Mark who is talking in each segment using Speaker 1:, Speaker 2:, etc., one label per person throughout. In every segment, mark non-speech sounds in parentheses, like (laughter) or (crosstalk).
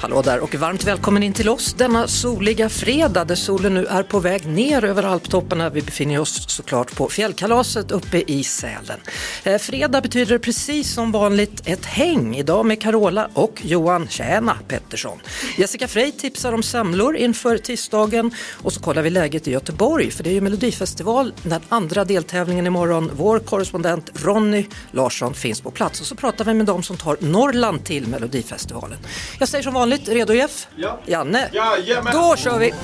Speaker 1: Hallå där och varmt välkommen in till oss denna soliga fredag där solen nu är på väg ner över alptopparna. Vi befinner oss såklart på fjällkalaset uppe i Sälen. Eh, fredag betyder precis som vanligt ett häng. Idag med Carola och Johan Tjäna Pettersson. Jessica Frey tipsar om semlor inför tisdagen och så kollar vi läget i Göteborg för det är ju Melodifestival den andra deltävlingen imorgon. Vår korrespondent Ronny Larsson finns på plats och så pratar vi med dem som tar Norrland till Melodifestivalen. Jag säger som vanligt, redo Jeff?
Speaker 2: Ja.
Speaker 1: Janne?
Speaker 2: Jajamän.
Speaker 1: Då kör vi!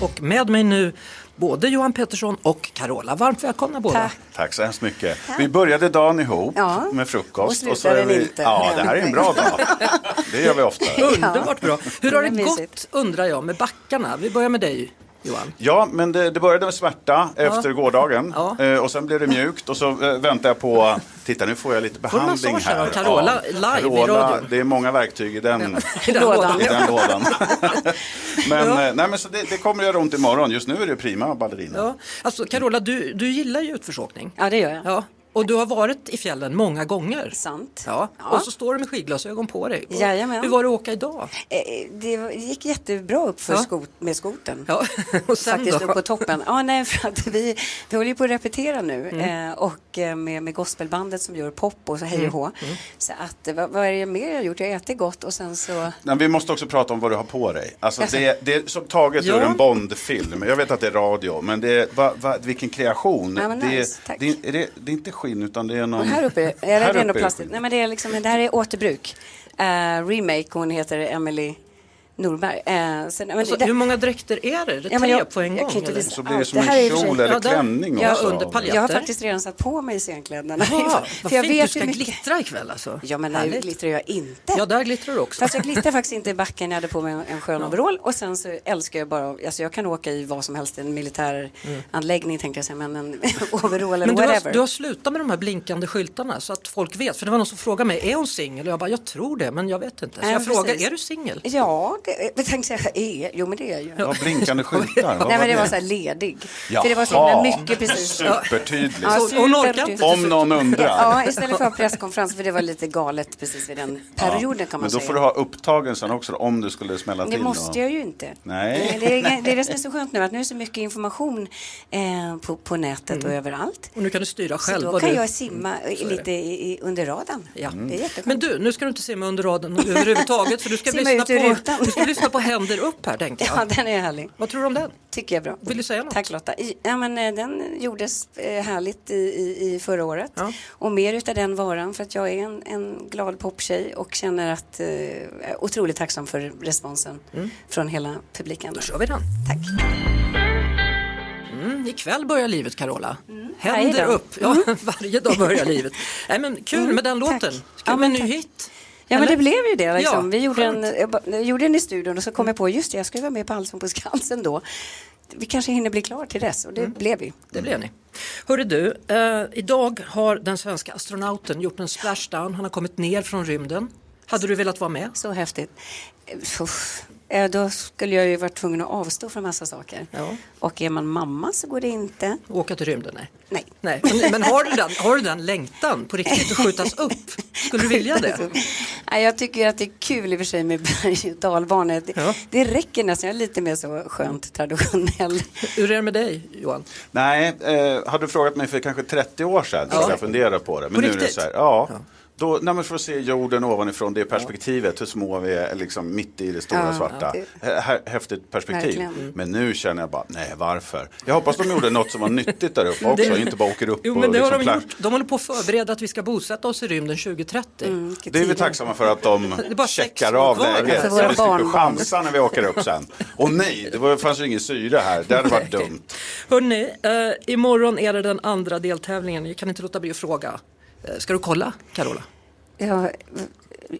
Speaker 1: Och med mig nu både Johan Pettersson och Carola. Varmt välkomna båda.
Speaker 3: Tack.
Speaker 2: Tack så hemskt mycket. Vi började dagen ihop
Speaker 3: Ja.
Speaker 2: med frukost.
Speaker 3: Och
Speaker 2: så är
Speaker 3: slutade
Speaker 2: vi...
Speaker 3: inte.
Speaker 2: Ja, det här är en bra
Speaker 1: (laughs)
Speaker 2: dag. Det gör vi ofta.
Speaker 3: (laughs)
Speaker 1: Underbart bra. Hur har
Speaker 3: Det är
Speaker 1: det gått
Speaker 3: mysigt.
Speaker 1: undrar jag med backarna? Vi börjar med dig Johan.
Speaker 2: Ja, men det, det började med smärta efter gårdagen.
Speaker 1: Ja.
Speaker 2: Eh, Och sen blev det mjukt och så eh, väntar jag på... Titta, nu får jag lite
Speaker 1: du
Speaker 2: behandling
Speaker 1: massage här
Speaker 2: här.
Speaker 1: av Carola
Speaker 2: Ja,
Speaker 1: live i
Speaker 2: Carola,
Speaker 1: radion?
Speaker 2: Det är många verktyg i
Speaker 3: Mm.
Speaker 2: den,
Speaker 1: (laughs) I den
Speaker 3: Lådan.
Speaker 1: lådan.
Speaker 2: i den
Speaker 1: (laughs)
Speaker 2: lådan. men eh, nej, men så det, det kommer göra ont imorgon. Just nu är det prima ballerina.
Speaker 1: Ja. Alltså, Carola, du, du gillar ju utförsåkning.
Speaker 3: Ja, det gör jag.
Speaker 1: Ja. Och du har varit i fjällen många gånger.
Speaker 3: Sant.
Speaker 1: Ja.
Speaker 3: Ja.
Speaker 1: Och så står du med skidglasögon på dig. Och
Speaker 3: Jajamän.
Speaker 1: Hur var det att åka idag?
Speaker 3: Eh, Det var- gick jättebra upp för
Speaker 1: Ja.
Speaker 3: skot med skoten.
Speaker 1: Ja. (laughs) Och sen
Speaker 3: Faktiskt
Speaker 1: då?
Speaker 3: upp på toppen. Ja, nej, för att vi, vi håller ju på att repetera nu
Speaker 1: Mm.
Speaker 3: eh, och eh, med, med gospelbandet som gör pop och så hej och hå.
Speaker 1: Mm.
Speaker 3: Så att eh, vad, vad är det mer jag har gjort? Jag har ätit gott och sen så
Speaker 2: Nej, vi måste också prata om vad du har på dig. Alltså, det, det är som taget
Speaker 1: Ja.
Speaker 2: ur en Bond-film. Jag vet att det är radio, men det är, va, va, vilken kreation.
Speaker 3: Ja, men
Speaker 2: det, är-
Speaker 3: nice, tack.
Speaker 2: det, är- är det, det är inte skinn, utan det är någon...
Speaker 3: Och
Speaker 2: (laughs)
Speaker 3: här uppe, är det- är
Speaker 2: Mm. Här
Speaker 3: det ändå
Speaker 2: uppe är
Speaker 3: plastigt?
Speaker 2: skinn.
Speaker 3: Nej, men det, är liksom, det här är återbruk. Eh, remake, hon heter Emily Norberg. Eh, sen, men
Speaker 1: Alltså,
Speaker 3: det-
Speaker 1: hur många dräkter är det? Är det
Speaker 3: Ja,
Speaker 1: tre
Speaker 3: men jag-
Speaker 1: på en
Speaker 3: jag
Speaker 1: gång?
Speaker 3: kan inte
Speaker 1: eller?
Speaker 3: visa-
Speaker 2: Så blir det
Speaker 3: Allt.
Speaker 2: som
Speaker 3: Det här är i
Speaker 2: en
Speaker 3: och för sig-
Speaker 2: kjol eller
Speaker 1: Ja, där-
Speaker 2: klänning
Speaker 1: ja,
Speaker 2: också.
Speaker 1: under paljetten.
Speaker 3: Jag har
Speaker 1: Peter.
Speaker 3: faktiskt redan satt på mig scenkläderna.
Speaker 1: Ja,
Speaker 3: (laughs) För
Speaker 1: vad fint,
Speaker 3: jag
Speaker 1: du
Speaker 3: vet
Speaker 1: ska
Speaker 3: hur mycket-
Speaker 1: glittra ikväll alltså.
Speaker 3: Ja, men
Speaker 1: Härligt.
Speaker 3: nej, glittrar jag inte.
Speaker 1: Ja, där glittrar du också.
Speaker 3: Fast jag glittrar faktiskt inte i backen, jag hade på mig en- en skön overall och sen så älskar jag bara, alltså jag kan åka i vad som helst, en militär anläggning tänkte jag säga, men en (laughs) overall eller
Speaker 1: Men du
Speaker 3: whatever.
Speaker 1: har, du har slutat med de här blinkande skyltarna så att folk vet. För det var någon som frågade mig, är hon singel? Och jag bara, jag tror det, men jag vet inte. Så
Speaker 3: Ja,
Speaker 1: jag
Speaker 3: precis.
Speaker 1: frågade, är du singel?
Speaker 3: Ja, det, jag tänkte säga, är, jo men det är jag ju.
Speaker 2: Ja, blinkande skyltar. Vad
Speaker 3: Nej men det
Speaker 2: det?
Speaker 3: var så här ledig. För det var så himla
Speaker 2: Jaha.
Speaker 3: mycket precis.
Speaker 2: Supertydligt.
Speaker 3: Ja,
Speaker 1: Så hon orkar
Speaker 3: super-
Speaker 1: inte.
Speaker 2: Om någon undrar.
Speaker 3: (laughs) Ja, istället för att ha presskonferens, för det var lite galet precis vid den perioden kan man
Speaker 2: men då
Speaker 3: säga.
Speaker 2: får du ha upptagen sen också om du skulle smälla
Speaker 3: Det
Speaker 2: till.
Speaker 3: måste jag ju inte.
Speaker 2: (laughs) Nej.
Speaker 3: Men Det, är, det är det som är så skönt nu, att nu är så mycket information eh, på, på nätet och överallt.
Speaker 1: Och nu kan du styra
Speaker 3: Så
Speaker 1: Mm. själv.
Speaker 3: då
Speaker 1: vad
Speaker 3: kan
Speaker 1: du... Mm,
Speaker 3: jag simma eh, lite i, i, under radarn.
Speaker 1: Ja.
Speaker 2: Mm.
Speaker 3: Det är jätteskönt.
Speaker 1: Men du, nu ska du inte simma under raden överhuvudtaget för du ska,
Speaker 3: Simma
Speaker 1: lyssna
Speaker 3: ut ur
Speaker 1: på,
Speaker 3: rutan.
Speaker 1: du ska lyssna på Händer upp här tänkte
Speaker 3: (laughs) Ja,
Speaker 1: jag.
Speaker 3: den är härlig.
Speaker 1: Vad tror du om den?
Speaker 3: Tycker jag är bra.
Speaker 1: Vill du säga något?
Speaker 3: Tack Lotta. I- Ja, men, eh, den gjordes eh, härligt i, i, i förra året.
Speaker 1: Ja.
Speaker 3: Och mer utav den varan för att jag är en, en glad poptjej och känner att eh, är otroligt tacksam för responsen
Speaker 1: Mm.
Speaker 3: från hela publiken.
Speaker 1: Då kör vi den.
Speaker 3: Tack.
Speaker 1: Mm, ikväll börjar livet Carola.
Speaker 3: Varje
Speaker 1: Händer
Speaker 3: dag.
Speaker 1: upp. Ja, (laughs) varje dag börjar livet. Nej, men kul
Speaker 3: Mm,
Speaker 1: med den
Speaker 3: tack.
Speaker 1: låten. Kul
Speaker 3: Ja,
Speaker 1: med en
Speaker 3: men
Speaker 1: ny
Speaker 3: tack.
Speaker 1: hit.
Speaker 3: Ja
Speaker 1: Eller?
Speaker 3: men det blev ju det. Liksom.
Speaker 1: Ja,
Speaker 3: vi gjorde en,
Speaker 1: skönt.
Speaker 3: jag, ba- jag gjorde den i studion och så kom jag på just det, jag ska ju vara med på Allsång på Skansen då. Vi kanske hinner bli klar till dess och
Speaker 1: Mm.
Speaker 3: det blev vi.
Speaker 1: Det blev ni. Hörru du, eh, idag har den svenska astronauten gjort en splashdown. Han har kommit ner från rymden. Hade du velat vara med?
Speaker 3: Så häftigt. Uff. Eh, Då skulle jag ju varit tvungen att avstå från massa saker.
Speaker 1: Ja.
Speaker 3: Och är man mamma så går det inte.
Speaker 1: Åka till rymden? Nej.
Speaker 3: Nej.
Speaker 1: Nej. Men, men har, du den, har du den längtan på riktigt att skjutas upp? Skulle du vilja det?
Speaker 3: (laughs) Nej, jag tycker att det är kul i och för sig med berg och dalbanor. Det,
Speaker 1: Ja.
Speaker 3: det räcker nästan. Jag är lite mer så skönt traditionell.
Speaker 1: Hur är det med dig Johan?
Speaker 2: Nej, eh, hade du frågat mig för kanske 30 år sedan så
Speaker 1: Ja.
Speaker 2: skulle jag fundera på det. Men
Speaker 1: På
Speaker 2: nu är det
Speaker 1: riktigt?
Speaker 2: så här, ja. Då, när man får se jorden ovanifrån, det perspektivet, hur små vi är liksom mitt i det stora
Speaker 3: Ja,
Speaker 2: svarta.
Speaker 3: det-
Speaker 2: Hä- hä- Häftigt perspektiv.
Speaker 3: Verkligen. Mm.
Speaker 2: Men nu känner jag bara, nej varför? Jag hoppas de gjorde något som var nyttigt där uppe också,
Speaker 1: (laughs) Det-
Speaker 2: inte bara åker upp
Speaker 1: Jo,
Speaker 2: och
Speaker 1: men det har
Speaker 2: liksom
Speaker 1: de
Speaker 2: plank-
Speaker 1: gjort. De håller på att förbereda att vi ska bosätta oss i rymden 2030.
Speaker 3: Mm.
Speaker 2: Det är vi tacksamma för
Speaker 1: (laughs)
Speaker 2: att de
Speaker 1: är bara sex
Speaker 2: checkar
Speaker 1: år
Speaker 2: av
Speaker 1: kvar.
Speaker 2: läget.
Speaker 3: För
Speaker 2: Så
Speaker 3: våra
Speaker 2: vi slipper
Speaker 3: barnbarn.
Speaker 2: chansa när vi åker upp sen. Och nej, det var, fanns ju ingen syre här. Det hade varit dumt.
Speaker 1: Hörni, eh, imorgon är det den andra deltävlingen. Jag kan inte låta bli att fråga. Eh, ska du kolla Carola?
Speaker 3: Ja,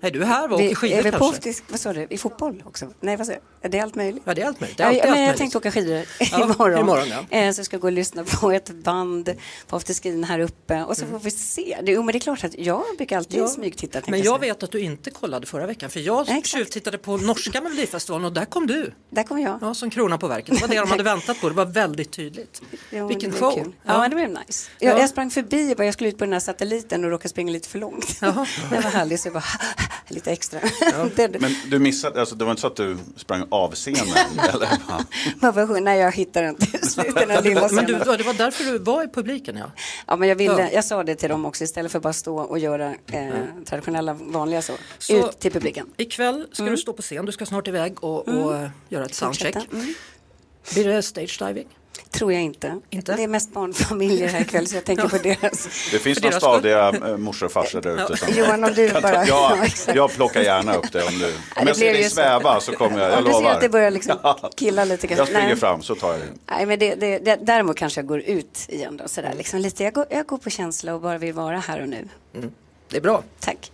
Speaker 1: Är du här och
Speaker 3: vi,
Speaker 1: åker skidor
Speaker 3: är vi
Speaker 1: kanske?
Speaker 3: på, vad sa du, i fotboll också? Nej, vad sa jag? Det är allt möjligt.
Speaker 1: Ja, det är allt möjligt. Det är
Speaker 3: Ja,
Speaker 1: alltid
Speaker 3: jag,
Speaker 1: allt
Speaker 3: men jag
Speaker 1: möjligt.
Speaker 3: tänkte åka skidor
Speaker 1: Ja,
Speaker 3: (laughs) imorgon.
Speaker 1: imorgon, ja.
Speaker 3: Eh, Så jag ska gå och lyssna på ett band på afterskin här uppe och så får vi se. Det, jo, men det är klart att jag brukar alltid
Speaker 1: Mm. Ja.
Speaker 3: smygtitta. tänkte
Speaker 1: Men jag
Speaker 3: säga.
Speaker 1: vet att du inte kollade förra veckan för jag
Speaker 3: Nej, exakt.
Speaker 1: tjuvtittade på norska melodifestivalen och där kom du.
Speaker 3: Där kommer jag.
Speaker 1: Ja, som krona på verket. Det var det
Speaker 3: (laughs)
Speaker 1: de hade väntat på. Det var väldigt tydligt.
Speaker 3: Jo, men
Speaker 1: Vilken
Speaker 3: det blev
Speaker 1: show.
Speaker 3: kul. Ja, det blev nice. Jag,
Speaker 1: Ja.
Speaker 3: jag sprang förbi och bara, jag skulle ut på den här satelliten och råkade springa lite för långt. (laughs) det var härligt så jag bara, lite extra. (laughs) det,
Speaker 2: Men du missade, alltså det var inte så att du sprang av scenen? eller? Ja.
Speaker 3: man bara, sjunger, nej, jag hittar inte (laughs) till slut den här lilla
Speaker 1: Men du,
Speaker 3: scenen.
Speaker 1: ja, det var därför du var i publiken ja.
Speaker 3: Ja, men jag, ville,
Speaker 1: Ja.
Speaker 3: jag sa det till dem också, istället för att bara stå och göra eh, traditionella vanliga så,
Speaker 1: Så-
Speaker 3: ut till publiken. Mm.
Speaker 1: Ikväll ska du stå på scen, du ska snart iväg och, och eh, göra ett soundcheck.
Speaker 3: Fortsätta. Mm.
Speaker 1: Blir det stage diving?
Speaker 3: Tror jag inte.
Speaker 1: Inte?
Speaker 3: Det är mest barnfamiljer här ikväll så jag tänker på deras.
Speaker 2: Det finns
Speaker 1: För
Speaker 2: några
Speaker 1: deras skull.
Speaker 2: stadiga eh, morsor och farsor där ute. Som,
Speaker 3: Johan, om du bara...
Speaker 2: ja,
Speaker 3: (laughs) exakt.
Speaker 2: jag plockar gärna upp det om du... Om jag ser
Speaker 3: blir ju
Speaker 2: dig
Speaker 3: så.
Speaker 2: sväva så kommer jag, jag
Speaker 3: Om du ser att det
Speaker 2: lovar. (laughs)
Speaker 3: börjar liksom killa lite grann.
Speaker 2: Jag springer
Speaker 3: Nej.
Speaker 2: fram så tar jag det.
Speaker 3: Nej, men det, det, det, däremot kanske jag går ut igen då, sådär. Liksom lite. Jag, går, jag går på känsla och bara vill vara här och nu.
Speaker 1: Det är bra,
Speaker 3: Tack,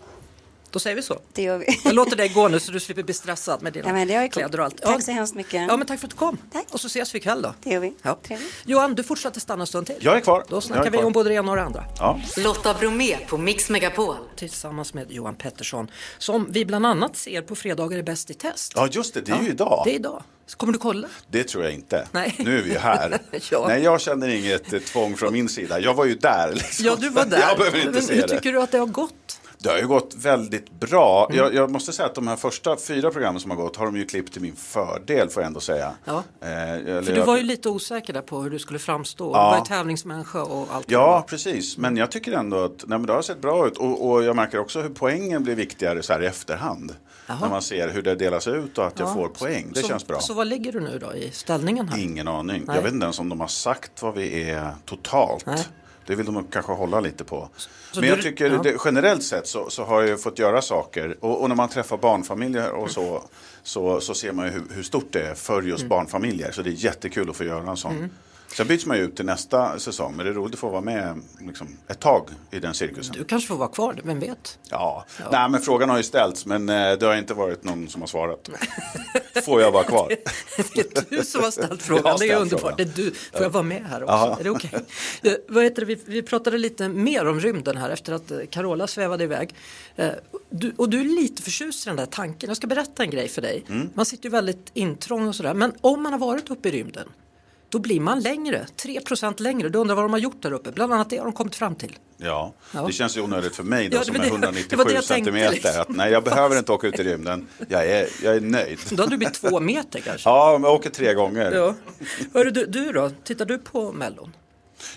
Speaker 1: då säger vi så.
Speaker 3: det gör vi.
Speaker 1: Jag låter dig gå nu så du slipper bli stressad med dina
Speaker 3: Ja, men det är coolt.
Speaker 1: kläder och allt.
Speaker 3: Tack så hemskt mycket.
Speaker 1: Ja, men tack för att du kom.
Speaker 3: Tack.
Speaker 1: Och så ses vi ikväll då.
Speaker 3: Det gör vi.
Speaker 1: Ja.
Speaker 3: Trevligt.
Speaker 1: Johan, du fortsätter stanna en stund till.
Speaker 2: Jag är kvar.
Speaker 1: Då
Speaker 2: Jag
Speaker 1: snackar
Speaker 2: är
Speaker 1: vi
Speaker 2: kvar.
Speaker 1: om både det ena och det andra.
Speaker 2: Ja.
Speaker 4: Lotta Bromé på Mix Megapol.
Speaker 1: Tillsammans med Johan Pettersson som vi bland annat ser på fredagar är bäst i test.
Speaker 2: ja, just det, det är ju
Speaker 1: Det är
Speaker 2: idag.
Speaker 1: idag. Så Kommer du kolla?
Speaker 2: Det tror jag inte.
Speaker 1: Nej.
Speaker 2: Nu är vi ju
Speaker 3: (laughs)
Speaker 2: här.
Speaker 1: Ja.
Speaker 2: Nej, jag känner inget eh, tvång från min sida. Jag var ju där. Liksom.
Speaker 1: Ja, du
Speaker 2: (laughs)
Speaker 1: var (laughs) där.
Speaker 2: Jag behöver inte
Speaker 1: men,
Speaker 2: se
Speaker 1: hur
Speaker 2: det.
Speaker 1: tycker du att det har gått?
Speaker 2: Det har ju gått väldigt bra. Jag, jag måste säga att de här första fyra programmen som har gått har de ju klippt till min fördel får jag ändå säga.
Speaker 1: Ja.
Speaker 2: Eh, eller
Speaker 1: För du
Speaker 2: jag-
Speaker 1: var ju lite osäker där på hur du skulle framstå. Du var ju tävlingsmänniska och allt.
Speaker 2: Ja, precis. Men jag tycker ändå att nej, men det har sett bra ut. Och, och jag märker också hur poängen blir viktigare så här i efterhand. När man ser hur det delas ut och att jag får poäng. Det
Speaker 1: så,
Speaker 2: känns bra.
Speaker 1: Så vad ligger du nu då i ställningen här?
Speaker 2: Ingen aning.
Speaker 1: Nej.
Speaker 2: Jag vet inte ens om de har sagt vad vi är totalt.
Speaker 1: Nej.
Speaker 2: Det vill de kanske hålla lite på.
Speaker 1: så
Speaker 2: Men
Speaker 1: du-
Speaker 2: jag tycker
Speaker 1: ja.
Speaker 2: det, generellt sett så, så har jag ju fått göra saker. Och, och när man träffar barnfamiljer och så, så, så ser man ju hur, hur stort det är för just
Speaker 1: Mm.
Speaker 2: barnfamiljer. Så det är jättekul att få göra en sån. Sen byts man ju ut till nästa säsong. Men det är roligt att få vara med liksom, ett tag i den cirkusen.
Speaker 1: Du kanske får vara kvar, där, vem vet?
Speaker 2: Ja. Nej, men frågan har ju ställts. Men eh, det har inte varit någon som har svarat.
Speaker 1: (laughs)
Speaker 2: Får jag vara kvar?
Speaker 1: Det är du som har ställt frågan,
Speaker 2: Jag har
Speaker 1: det är
Speaker 2: ställt
Speaker 1: underbart.
Speaker 2: frågan.
Speaker 1: Det är du. Får jag vara med här också? Är det okej? Eh, Vad heter det? Vi, vi pratade lite mer om rymden här efter att eh, Carola svävade iväg. Eh, Du, och du är lite förtjust i den där tanken. Jag ska berätta en grej för dig.
Speaker 2: Mm.
Speaker 1: Man sitter ju väldigt intrång och sådär. Men om man har varit uppe i rymden, då blir man längre. 3% längre. Du undrar vad de har gjort där uppe. Bland annat det har de kommit fram till.
Speaker 2: Ja.
Speaker 1: Ja.
Speaker 2: det känns ju onödigt för mig då
Speaker 1: Ja, det
Speaker 2: som
Speaker 1: var
Speaker 2: är
Speaker 1: det- det
Speaker 2: 197
Speaker 1: var det jag tänkte,
Speaker 2: centimeter.
Speaker 1: liksom.
Speaker 2: Att, nej, jag behöver inte åka ut i rymden. Jag är, jag är nöjd.
Speaker 1: Då hade du blivit två meter kanske.
Speaker 2: Ja, men jag åker tre gånger. Ja,
Speaker 1: Ja. Hörru, du, du då? Tittar du på Mellon?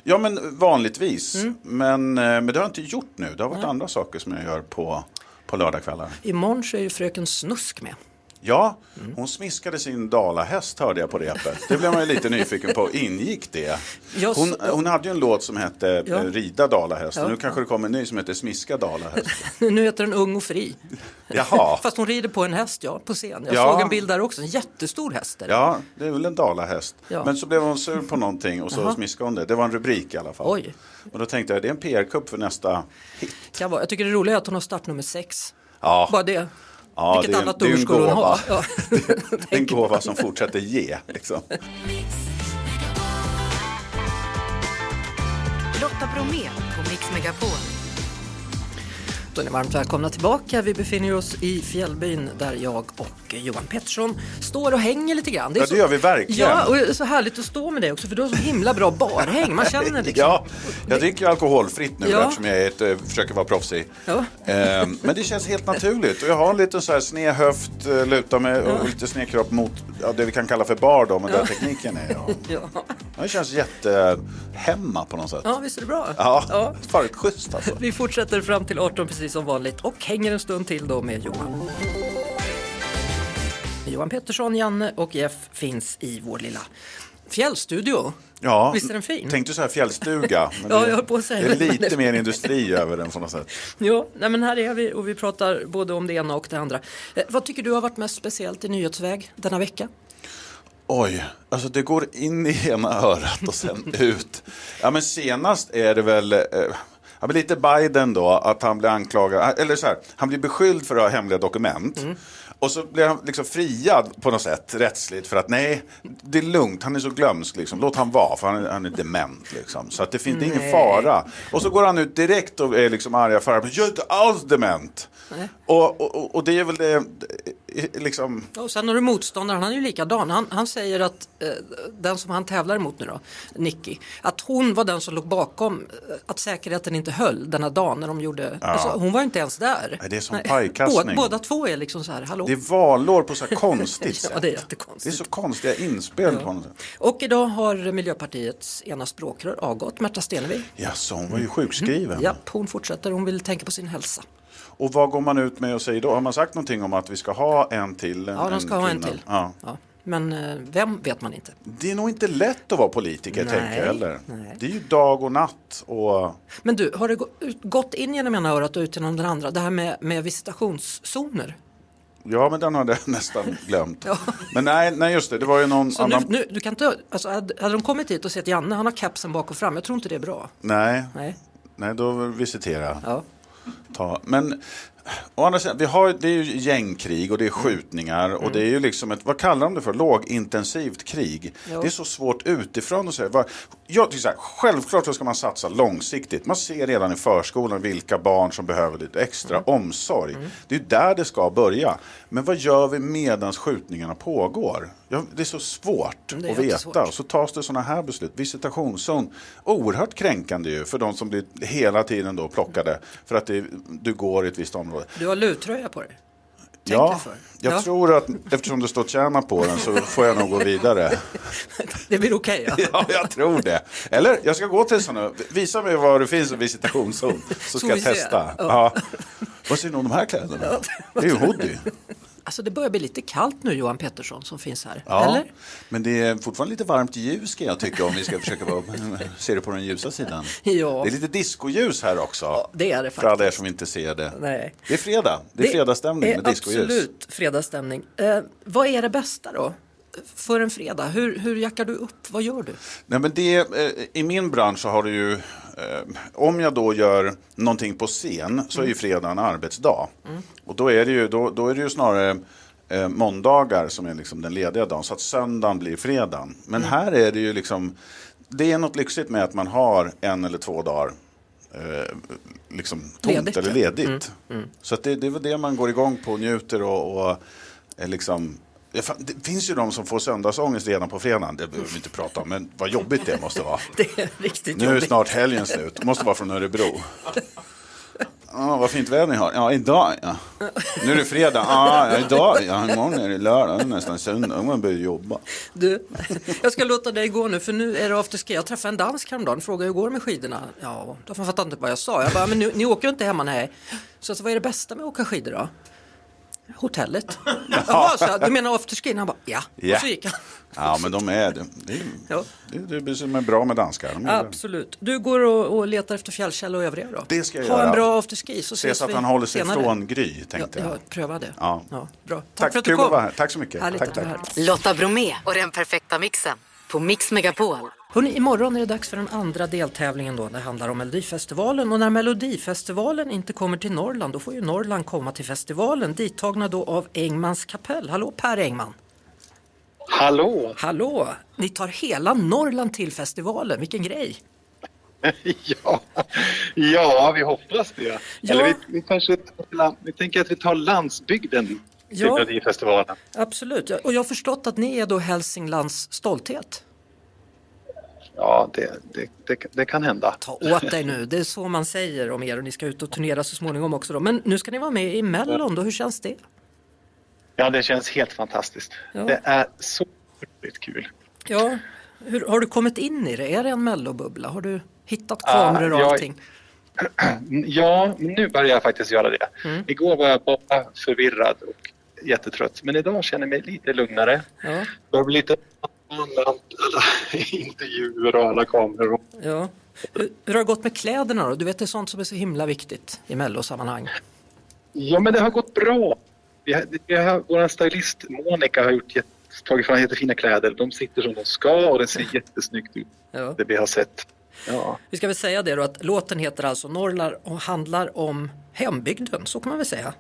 Speaker 2: men vanligtvis.
Speaker 1: Mm.
Speaker 2: Men, eh, men det har jag inte gjort nu. Det har varit andra saker som jag gör på, på lördagskvällar.
Speaker 1: Imorgon så är ju fröken Snusk med. (laughs)
Speaker 2: Ja,
Speaker 1: Mm.
Speaker 2: hon smiskade sin dalahäst hörde jag på repet. Det blev man ju lite nyfiken på. Ingick det?
Speaker 1: Jag
Speaker 2: Hon,
Speaker 1: så-
Speaker 2: hon hade ju en låt som hette eh,
Speaker 1: Ja.
Speaker 2: Rida dalahäst.
Speaker 1: Ja.
Speaker 2: Nu kanske det kommer en ny som heter Smiska dalahäst.
Speaker 1: Nu heter den Ung och fri.
Speaker 2: Jaha.
Speaker 1: (laughs) Fast hon rider på en häst, ja, på scen. Jag
Speaker 2: Ja.
Speaker 1: såg en bild där också, en jättestor häst. Där.
Speaker 2: Ja, det är väl en dalahäst.
Speaker 1: Ja.
Speaker 2: Men så blev hon sur på någonting och så smiskade hon det. Det var en rubrik i alla fall.
Speaker 1: Oj.
Speaker 2: Och då tänkte jag, det är en PR-kupp
Speaker 1: (laughs)
Speaker 2: för nästa hit.
Speaker 1: Kan vara. Jag tycker det roliga är att hon har startnummer sex.
Speaker 2: Ja.
Speaker 1: Bara det.
Speaker 2: Ja,
Speaker 1: Vilket
Speaker 2: det är en-
Speaker 1: annat
Speaker 2: det är en
Speaker 1: nummer skulle hon ha?
Speaker 2: gåva.
Speaker 1: Ja.
Speaker 2: Det är en gåva som fortsätter ge.
Speaker 1: (laughs)
Speaker 2: Liksom.
Speaker 4: Lotta Bromé på Mix Megapol.
Speaker 1: Då är ni varmt välkomna tillbaka. Vi befinner oss i fjällbyn där jag och Johan Pettersson står och hänger lite grann. är
Speaker 2: Ja, det gör vi verkligen.
Speaker 1: Ja, och det är så härligt att stå med dig också för du har så himla bra barhäng. Man känner liksom.
Speaker 2: Ja, jag dricker ju alkoholfritt nu
Speaker 1: Ja.
Speaker 2: eftersom jag är ett, eh, försöker vara proffsig.
Speaker 1: Ja.
Speaker 2: Ehm, men det känns helt naturligt. Och jag har en liten så här sned höft, eh, lutar mig och lite sned kropp mot ja, det vi kan kalla för bar då, men där tekniken är.
Speaker 1: (laughs)
Speaker 2: Och,
Speaker 1: Ja.
Speaker 2: ja, det känns jättehemma på något sätt.
Speaker 1: ja, visst är det bra?
Speaker 2: Ja,
Speaker 1: Ja.
Speaker 2: fan schysst alltså.
Speaker 1: Vi fortsätter fram till 18 precis som vanligt och hänger en stund till då med Johan. Johan Pettersson, Janne och Jeff finns i vår lilla fjällstudio.
Speaker 2: Ja,
Speaker 1: Visst är den fin?
Speaker 2: Tänkte så här fjällstuga. Men
Speaker 1: Ja,
Speaker 2: det-
Speaker 1: jag höll på att säga det,
Speaker 2: det. är
Speaker 1: men det-
Speaker 2: lite mer industri över den på något sätt.
Speaker 1: Ja, nej men här är vi och vi pratar både om det ena och det andra. Eh, vad tycker du har varit mest speciellt i nyhetsväg denna vecka?
Speaker 2: Oj, alltså det går in i ena örat och sen ut. Ja, men senast är det väl eh, ja, men eh, lite Biden då, att han blir anklagad, eller så här, han blir beskylld för att ha hemliga dokument. Och så blir han liksom friad på något sätt rättsligt för att nej, det är lugnt, han är så glömsk liksom. Låt han vara för han är, han är dement liksom. Så att det finns det är ingen fara. Och så går han ut direkt och är liksom arga farbror. Jag är inte alls dement! Och, och, och- och det är väl det, det- liksom...
Speaker 1: Och sen har du motståndaren, han är ju likadan. Han, han säger att eh, den som han tävlar emot nu då, Nicky, att hon var den som låg bakom eh, att säkerheten inte höll denna dagen när de gjorde, alltså, hon var ju inte ens där.
Speaker 2: Nej, det är som pajkastning.
Speaker 1: Bå- Båda två är liksom så här, hallå.
Speaker 2: Det är valår på så här konstigt sätt.
Speaker 1: (laughs) ja, det är
Speaker 2: Det är
Speaker 1: jättekonstigt.
Speaker 2: så konstiga inspel på något sätt.
Speaker 1: Och idag har Miljöpartiets ena språkrör avgått, Märta Stenevi.
Speaker 2: Ja, så hon var ju sjukskriven.
Speaker 1: Ja, hon fortsätter, hon vill tänka på sin hälsa.
Speaker 2: Och vad går man ut med och säger då? Har man sagt någonting om att vi ska ha en till? En,
Speaker 1: Ja, de ska ha en
Speaker 2: kvinna?
Speaker 1: till.
Speaker 2: Ja.
Speaker 1: Ja. Men eh, vem vet man inte.
Speaker 2: Det är nog inte lätt att vara politiker,
Speaker 1: Nej,
Speaker 2: tänker jag heller.
Speaker 1: nej.
Speaker 2: Det är ju dag och natt och
Speaker 1: Men du, har det gå- ut- gått in genom ena örat och ut genom den andra? Det här med, med visitationszoner.
Speaker 2: ja, men den hade jag (laughs) nästan glömt. Men nej, nej, just det, det var ju någon
Speaker 1: Så nu,
Speaker 2: annan.
Speaker 1: nu, du kan inte, alltså, hade hade de kommit hit och sett Janne, han har kapsen bak och fram, jag tror inte det är bra.
Speaker 2: Nej,
Speaker 1: Nej.
Speaker 2: nej, då visitera.
Speaker 1: Ja.
Speaker 2: ta. Men å andra sidan, vi har, det är ju gängkrig och det är skjutningar och det är ju liksom ett, vad kallar de det för, lågintensivt krig.
Speaker 1: Jo.
Speaker 2: Det är så svårt utifrån att säga. Vad, jag tycker så här, självklart så ska man satsa långsiktigt. Man ser redan i förskolan vilka barn som behöver lite extra omsorg. Det är ju där det ska börja. Men vad gör vi medan skjutningarna pågår? Ja, det är så svårt
Speaker 1: Mm, det är
Speaker 2: att veta.
Speaker 1: jättesvårt.
Speaker 2: Och så tas det sådana här beslut. Visitationszon, oerhört kränkande ju för de som blir hela tiden då plockade för att det, du går i ett visst område.
Speaker 1: Du har luvtröja på dig. Tänk dig
Speaker 2: ja,
Speaker 1: för.
Speaker 2: jag
Speaker 1: Ja.
Speaker 2: tror att eftersom det står tjäna på den så får jag nog gå
Speaker 1: (laughs)
Speaker 2: vidare.
Speaker 1: Det blir okej
Speaker 2: (laughs)
Speaker 1: ja.
Speaker 2: Ja, jag tror det. Eller, jag ska gå till sådana. Visa mig var det finns en visitationszon så
Speaker 1: Så
Speaker 2: ska jag
Speaker 1: vi ser.
Speaker 2: testa.
Speaker 1: Ja.
Speaker 2: Ja. Vad säger ni om de här kläderna? Det är ju hoodie.
Speaker 1: Alltså det börjar bli lite kallt nu Johan Pettersson som finns här.
Speaker 2: Ja,
Speaker 1: Eller?
Speaker 2: Men det är fortfarande lite varmt ljus ska jag tycka om vi ska försöka vara, (laughs) se det på den ljusa sidan.
Speaker 1: Ja.
Speaker 2: Det är lite discoljus här också.
Speaker 1: det är det
Speaker 2: För alla er
Speaker 1: faktiskt.
Speaker 2: som inte ser det.
Speaker 1: Nej.
Speaker 2: Det är fredag. Det är fredagsstämning med discoljus.
Speaker 1: Absolut fredagsstämning. Eh, vad är det bästa då? För en fredag, hur, hur jackar du upp? Vad gör du? (laughs)
Speaker 2: Nej, men det, eh, I min bransch så har du ju, eh, om jag då gör någonting på scen så är ju fredag en arbetsdag. Och då är det ju, då, då är det ju snarare eh, måndagar som är liksom den lediga dagen så att söndagen blir fredagen. Men här är det ju liksom, det är något lyxigt med att man har en eller två dagar eh, liksom tomt
Speaker 1: Ledigt,
Speaker 2: eller
Speaker 1: ja.
Speaker 2: ledigt.
Speaker 1: Mm,
Speaker 2: Så att det, det är väl det man går igång på och njuter och, och eh, liksom Ja, fan, det finns ju de som får söndagsångest redan på fredagen. Det behöver vi inte prata om, men vad jobbigt det måste vara.
Speaker 1: Det är riktigt
Speaker 2: Nu är
Speaker 1: jobbigt.
Speaker 2: snart helgen slut. Måste vara från Örebro. Ah, vad fint väder ni har. Ja, idag ja. Nu är det fredag. Ah, ja, idag ja. Imorgon är det lördag. Nästan söndag. Man börjar jobba.
Speaker 1: Du, (laughs) jag ska låta dig gå nu för nu är det afterski. Jag träffade en dansk häromdagen och frågade hur går det med skidorna? Ja, de fattade inte vad jag sa. Jag bara, men ni, ni åker ju inte hemma, nej. Så jag sa, vad är det bästa med att åka skidor då?
Speaker 2: (laughs)
Speaker 1: Hotellet. Jaha, så du menar afterskin? Han bara, ja.
Speaker 2: Ja.
Speaker 1: Och så gick han.
Speaker 2: Ja, men de är det. Det
Speaker 1: Ja.
Speaker 2: är, det är det som är bra med danskar. De är det.
Speaker 1: Absolut. Du går och, och letar efter fjällkällor och övriga då?
Speaker 2: Mm. Det ska jag
Speaker 1: ha
Speaker 2: göra.
Speaker 1: en bra afterski så
Speaker 2: Se
Speaker 1: ses
Speaker 2: så att
Speaker 1: vi
Speaker 2: han håller sig
Speaker 1: senare.
Speaker 2: från Gry,
Speaker 1: Ja,
Speaker 2: tänkte jag.
Speaker 1: jag prövar det.
Speaker 2: Ja.
Speaker 1: bra. Tack,
Speaker 2: Tack,
Speaker 1: för att du
Speaker 2: kul
Speaker 1: kom.
Speaker 2: att vara här. Tack så mycket.
Speaker 1: Härligt
Speaker 2: Tack,
Speaker 1: att du är
Speaker 2: tack.
Speaker 1: här.
Speaker 4: Lotta Bromé och den perfekta mixen på Mix Megapol.
Speaker 1: Hörrni, imorgon är det dags för den andra deltävlingen då. Det handlar om Melodifestivalen och när Melodifestivalen inte kommer till Norrland då får ju Norrland komma till festivalen. Dittagna då av Engmans kapell. Hallå Per Engman!
Speaker 5: Hallå!
Speaker 1: Hallå! Ni tar hela Norrland till festivalen, vilken grej!
Speaker 5: (laughs) Ja, ja vi hoppas det.
Speaker 1: Ja.
Speaker 5: Eller vi, vi kanske tar- vi tänker att vi tar landsbygden till
Speaker 1: Ja.
Speaker 5: Melodifestivalen.
Speaker 1: Absolut, och jag har förstått att ni är då Hälsinglands stolthet.
Speaker 5: Ja, det, det, det, det kan hända.
Speaker 1: (laughs) Ta åt dig nu, det är så man säger om er och ni ska ut och turnera så småningom också då. Men nu ska ni vara med i Mellon då, hur känns det?
Speaker 5: Ja, det känns helt fantastiskt.
Speaker 1: Ja.
Speaker 5: Det är så otroligt kul.
Speaker 1: Ja, hur, har du kommit in i det? Är det en mellobubbla? Har du hittat kameror och
Speaker 5: jag-
Speaker 1: allting?
Speaker 5: Mm, Ja, nu börjar jag faktiskt göra det.
Speaker 1: Mm.
Speaker 5: Igår var jag bara förvirrad och jättetrött. Men idag känner jag mig lite lugnare.
Speaker 1: Ja,
Speaker 5: Börjar bli lite van med allt- alla intervjuer och alla kameror.
Speaker 1: ja. Hur, hur har det gått med kläderna då? Du vet det är sånt som är så himla viktigt i mellosammanhang.
Speaker 5: Ja, men det har gått bra. Vi har, vi har, vår stylist Monica har gjort, jätte- tagit fram jättefina kläder. De sitter som de ska och det ser jättesnyggt ut,
Speaker 1: Ja.
Speaker 5: det vi har sett. Ja,
Speaker 1: Vi ska väl säga det då att låten heter alltså Norrlar och handlar om hembygden, så kan man väl säga.